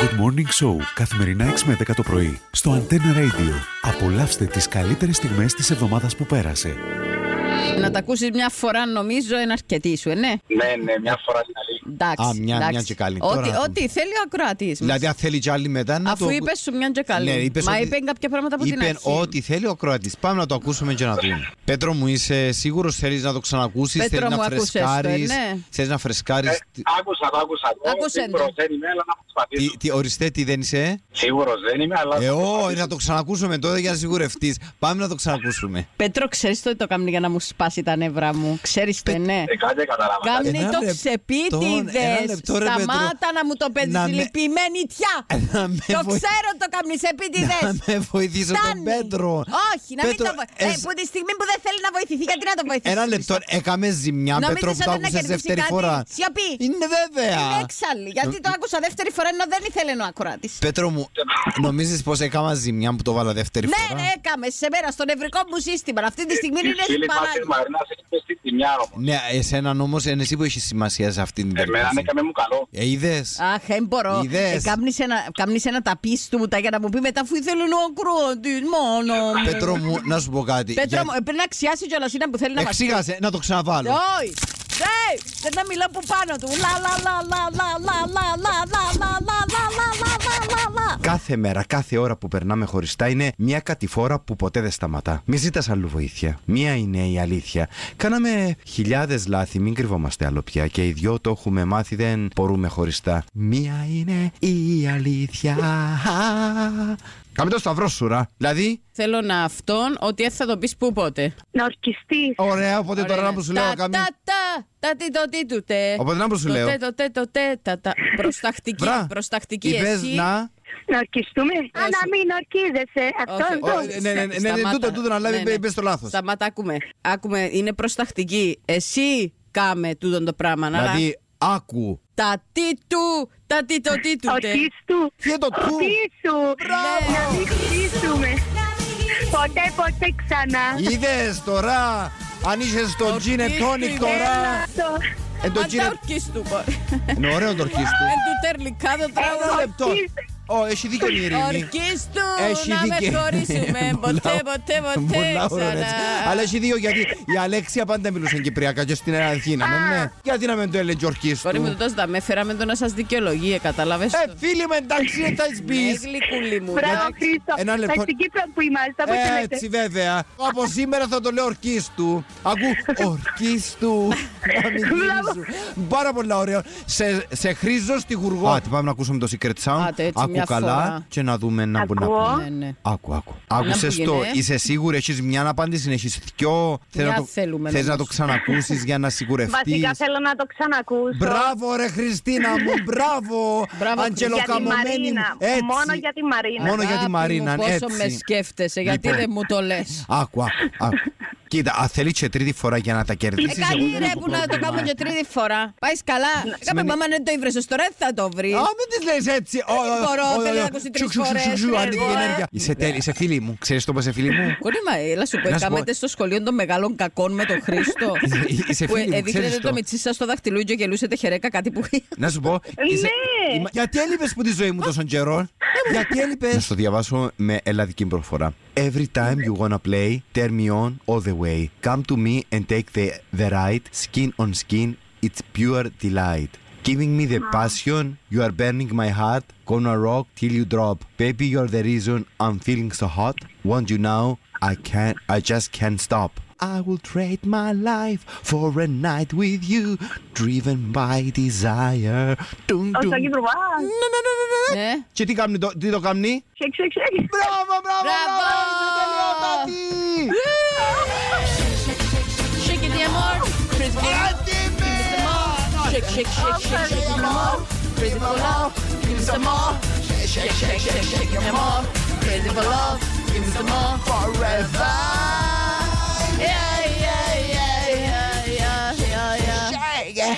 Good Morning Show καθημερινά 6 με 10 το πρωί στο Antenna Radio. Απολαύστε τις καλύτερες στιγμές της εβδομάδας που πέρασε. Να τα ακούσεις μια φορά, νομίζω, είναι αρκετή σου, ε, ναι. Ναι, ναι, μια φορά την αλήθεια. Εντάξει. Α, μια- εντάξει. μια και καλή. Ό,τι, Τώρα να το- ό,τι θέλει ο ακροατής μας. Δηλαδή, αν θέλει κι άλλη μετά να Αφού το... είπες σου μια και καλή. Ναι, είπες Μα ότι- είπε κάποια πράγματα από την Είπε αρχή. ό,τι θέλει ο Κροατή. Πάμε να το ακούσουμε και να δούμε. Πέτρο μου, είσαι σίγουρος θέλεις να το ξανακούσεις, Πέτρο θέλεις μου, να ακούσες το, φρεσκάρεις. ναι. Θέλεις να φρεσκάρεις. Ε, Άκουσα, το άκουσα. το. Άκουσε το. Σίγουρος δεν είμαι, αλλά να προσπαθήσω. Οριστέ, τι δεν είσαι. Σίγουρος δεν είμαι, αλλά. ε? Ε, θα ω, προσπαθήσω. να το ξανακούσουμε τότε για να σιγουρευτείς. Πάμε να το ξανακούσουμε. Πέτρο, ξέρεις το ότι το κάνει για να μου σπάσει τα νεύρα μου. Ξέρεις το, ναι. Ε, κάτι καταλάβα. Κάμνη Ένα το λεπτό, ένα ξεπίτιδε. λεπτό, ρε, Σταμάτα Πέτρο. να μου το Να παίζει με- Ε, λυπημένη τιά. Να με Το βοη- ξέρω το κάμνη Να επίτηδε. με βοηθήσω τον Πέτρο. Όχι, να μην Πέτρο, το Ε, βοηθήσει. εσ- Που τη στιγμή που δεν θέλει να βοηθηθεί, γιατί να το βοηθήσει. Ένα λεπτό, έκαμε ζημιά, Νομίζεις Πέτρο, που ότι το να άκουσε κερδίσει δεύτερη κάτι. φορά. Σιωπή. Είναι Είναι βέβαια. έξαλλη. Γιατί το άκουσα δεύτερη φορά ενώ δεν ήθελε να ακουράτη. Πέτρο μου, νομίζεις πως έκανα ζημιά που το βάλα δεύτερη Ναι, φορά. ναι, έκαμε σε μέρα στο νευρικό μου σύστημα. Αυτή τη στιγμή Η είναι φίλη Ε, μας της παράλληλη. Μαρίνας έχει πέσει τη ζημιά, όμως. Ναι, εσέναν όμως είναι εσύ που έχεις σημασία σε αυτήν την Εμένα περίπτωση. ναι, έκαμε μου καλό. Ε, είδες. Αχ, δεν μπορώ. Ε, Είδες. Κάμνεις ένα, κάμνεις ένα ταπί του μου τα για να μου πει μετά αφού ήθελε να ακροατής μόνο. μου. Πέτρο μου, να σου πω κάτι. ναι. Πέτρο, μου, ε, πρέπει να αξιάσει κιόλας είναι που θέλει να μας πει. Εξήγασε, να το ξαναβάλω. Όχι. Ναι, δεν να μιλάω που πάνω του. Λα, λα, λα, λα, λα, λα, λα, λα, λα, λα, λα, λα, λα, λα, λα, λα. Κάθε μέρα, κάθε ώρα που περνάμε χωριστά είναι μια κατηφόρα που ποτέ δεν σταματά. Μη ζήτα αλλού βοήθεια. Μία είναι η αλήθεια. Κάναμε χιλιάδες λάθη, μην κρυβόμαστε άλλο πια. Και οι δυο το έχουμε μάθει, δεν μπορούμε χωριστά. Μία είναι η αλήθεια. Κάμε το σταυρό σουρα. Δηλαδή, Θέλω να αυτόν ότι θα το πεις που πότε. Να ορκιστείς. ωραία, οπότε τώρα να που σου λέω Τα, κάμε. τα, τα, τα, τι, το, τι, του, τε. Οπότε να που σου Το λέω. τε, το, τε, το, τε, τα, τα. Προστακτική, Βρα. προστακτική Είπες εσύ. να. Να ορκιστούμε. Α, να μην ορκίζεσαι. Αυτό Όχι. αυτό. Ω, ε, ναι, ναι, ναι, ναι, Σταμάτα. τούτο, τούτο να λάβει, Ναι, ναι. είπε- είπες το λάθος. Σταμάτα, ακούμε. Ακούμε, είναι προστακτική. Εσύ κάμε τούτο το πράγμα. να λα- Δηλαδή, άκου. Τα τι του, τα τι το τι του. τε. Ορκίστου. Τι είναι το του? Ορκίσου. Μπράβο. Να μην χτίσουμε. Ποτέ, ποτέ ξανά. Είδες τώρα, αν είσαι στο Ορκίστου, gin and tonic ε, τώρα. Έλα το. Ε, το Μα gin τα and- ορκίστου. πω. Είναι ωραίο το ορκίστου. Εν του τερλικά το Ένα τραγούδι. λεπτό. Ω, έχει δίκιο η Ειρήνη. Ορκίστου Έχει να με δίκιο. χωρίσουμε. Πολλά- Ποτέ, ποτέ, ποτέ πολλά ξανά. ωραίες. Αλλά έχει δίκιο γιατί η Αλέξια πάντα μιλούσε κυπριακά και στην Αθήνα. ναι, ναι. Γιατί να μην το έλεγε ορκίστου. Μπορεί μου το τόσο τα με φέραμε το να σας δικαιολογεί, ε, κατάλαβες. Ε, φίλοι μου, εντάξει, δεν θα εις Ναι, πεις. γλυκούλη μου. Μπράβο, εντάξει. Χρήστο. Ένα λεπτό. Θα στην Κύπρο που είμαστε. Όπως Ε, λέτε. Έτσι βέβαια. Από σήμερα θα το λέω ορκίστου. Ακού ορκίστου. Να μην γυρίζουν. Πάρα πολλά ωραία. Σε, σε χρήζω στη γουργό. Α, τι πάμε να ακούσουμε το Secret Άντε, έτσι, μια φορά. και να δούμε να μπορεί Ακούω. Ναι, ναι. Άκου, άκου. Άκουσες που το, γίνεται. είσαι σίγουρη, έχεις μια απάντηση, έχεις δυο. Θες Μια να το, θέλουμε θες να νομίζω. το ξανακούσεις για να σιγουρευτεί. Βασικά θέλω να το ξανακούσω. Μπράβο ρε Χριστίνα μου, μπράβο Μπράβο, Αγγελοκαμωμένη Για τη Μαρίνα. μου. Έτσι. Μόνο για τη Μαρίνα. Μόνο για τη Αγάπη Μαρίνα, ναι, μου, Πόσο έτσι. με σκέφτεσαι, γιατί Λοιπόν. δεν μου το λες. Άκου, άκου, άκου. Κοίτα, αν θέλεις και τρίτη φορά για να τα Ε, κερδίσει. καλή ρε που να το κάνω και τρίτη φορά. Πάεις καλά. Κάπε Σημαίνει- μαμά δεν το ήβρεσες τώρα, δεν θα το βρεις. Α, μην τη λες έτσι. Ω, ω, μπορώ, ω, ω, θέλω να ω, ακούσει τρεις τσου, τσου, τσου, τσου, φορές, τσου, ρε, ανήκει η εγώ, ε. ενέργεια. Είσαι τέλειο, είσαι φίλη μου. Ξέρεις το πω, είσαι φίλη μου. Κορίμα, έλα σου πω, Να σου έκαμε πω- τες στο σχολείο των μεγάλων κακών με τον Χρήστο. Είσαι- είσαι που φίλη μου, έδειχνε ξέρεις το το. μυτσί σας στο δαχτυλούι και γελούσετε χερέκα κάτι που Να σου Ε, πω. είσαι- Ναι. Είμα- Γιατί έλειπες που τη ζωή μου τόσο καιρό. Γιατί έλειπες. Να σου το διαβάσω με ελλαδική προφορά. Every time you wanna play, turn me on all the way. Come to me and take the, the right, skin on skin, it's pure delight. Giving me the passion, you are burning my heart, gonna rock till you drop. Baby, you're the reason I'm feeling so hot. Want you now, I can't, I just can't stop. I will trade my life for a night with you, driven by desire. Dun, Όσο dun. Κύπρουβα. Ναι, ναι, ναι, ναι, ναι. Ναι. Και τι κάνει, το- τι το κάνει. Ξέξ, ξέξ, ξέξ. Μπράβο, μπράβο, Μπράβο. είσαι τελειότατη. Shake it more, Chris Άντε με. Shake, shake, shake, shake, shake it more. Crazy for love, give me some more. Shake, shake, shake, shake it more. Crazy for love, give me some more. Forever. Yeah, yeah, yeah, yeah, yeah, yeah, yeah.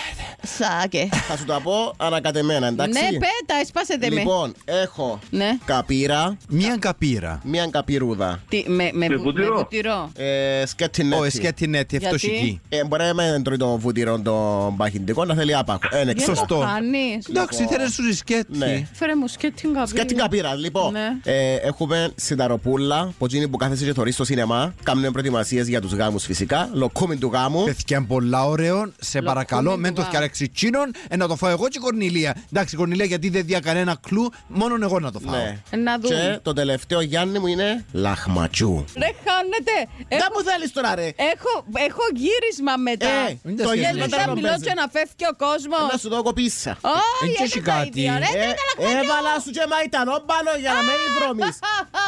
Σάκε. Θα σου τα πω ανακατεμένα, εντάξει. Ναι, πέτα, εσπάσετε με. Λοιπόν, έχω Ναι. καπύρα, Μία καπύρα. μία καπυρούδα. Τι, με, με, Με βου- βουτυρό. με βουτυρό. Ε, σκέτινετη. Ο εσκέτινέτη, Γιατί? ευτοσική. Ε, μπορεί να μην τρώει το βουτυρό των παχυντικών, να θέλει άπακο. Ε, ναι, Γιατί σωστό. το χάνεις. Εντάξει, θέλεις σου Ναι. ρισκέτη. Φέρε μου σκέτ την καπύρα. Σκέτη καπύρα, λοιπόν. Ναι. Ε, έχουμε σιταροπούλα, που εκείνη που κάθεσαι και θωρείς στο σινεμά. Κάνουμε προετοιμασίες για τους γάμους φυσικά. Λοκούμιν του γάμου. Παιδιά, είναι πολλά ωραίο. Σε παρακαλώ, μεν το κουβά. φτιάξει τσίνον, ε, να το φάω εγώ και η Κορνιλία. Εντάξει, η Κορνιλία, γιατί δεν δια κανένα κλου, μόνο εγώ να το φάω. Ναι. Ε, Να Και δούμε. το τελευταίο Γιάννη μου είναι λαχματσού. Ρε χάνετε. Δεν Έχω- μου θέλεις τώρα Ε, ρε. Έχω, έχω γύρισμα μετά. Ε, μην τα το σκέφτεσαι. γέλιο Γες μετά να μιλώ παίζεις. και να φεύγει ο Να κόσμος. σου Ε, δω πίσα. Όχι, Εν και έτσι έχει τα κάτι. ίδια, ρε, Ε, δεν τα λαχμάτια. Έβαλα σου και μαϊτανό πάνω για να μένει βρώμης.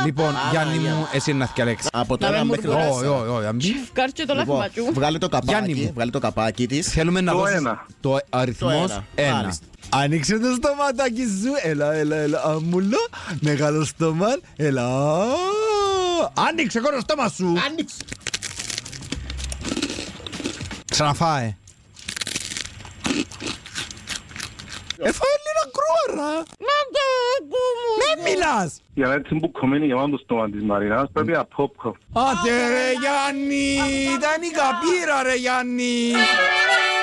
Λοιπόν, Άρα, Γιάννη Γιάννη. μου, εσύ να θυκαλέξεις. Από με τώρα μέχρι μουρμουράς. τώρα. Όχι, όχι, όχι. αν μπει, Κάρτσε το Λοιπόν, λαχματιού. βγάλε το Γιάννη καπάκι, μου. βγάλε το καπάκι της. Θέλουμε να Το δώσεις ένα. το αριθμός Το ένα. 1. Μάλιστα. Ανοίξε το στοματάκι σου. Έλα, έλα, έλα. Αμούλο. Μεγάλο στόμα. Έλα. Άνοιξε εγώ το στόμα σου. Άνοιξε. Ξαναφάε. Έφαγε λίγα κρούαρα. Ναι, Δεν μιλάς. Για να έτσι που κομμένη γεμάτο το στόμα της Μαρινάς πρέπει να πω πω. Άτε ρε Γιάννη. Ήταν η καπύρα ρε Γιάννη.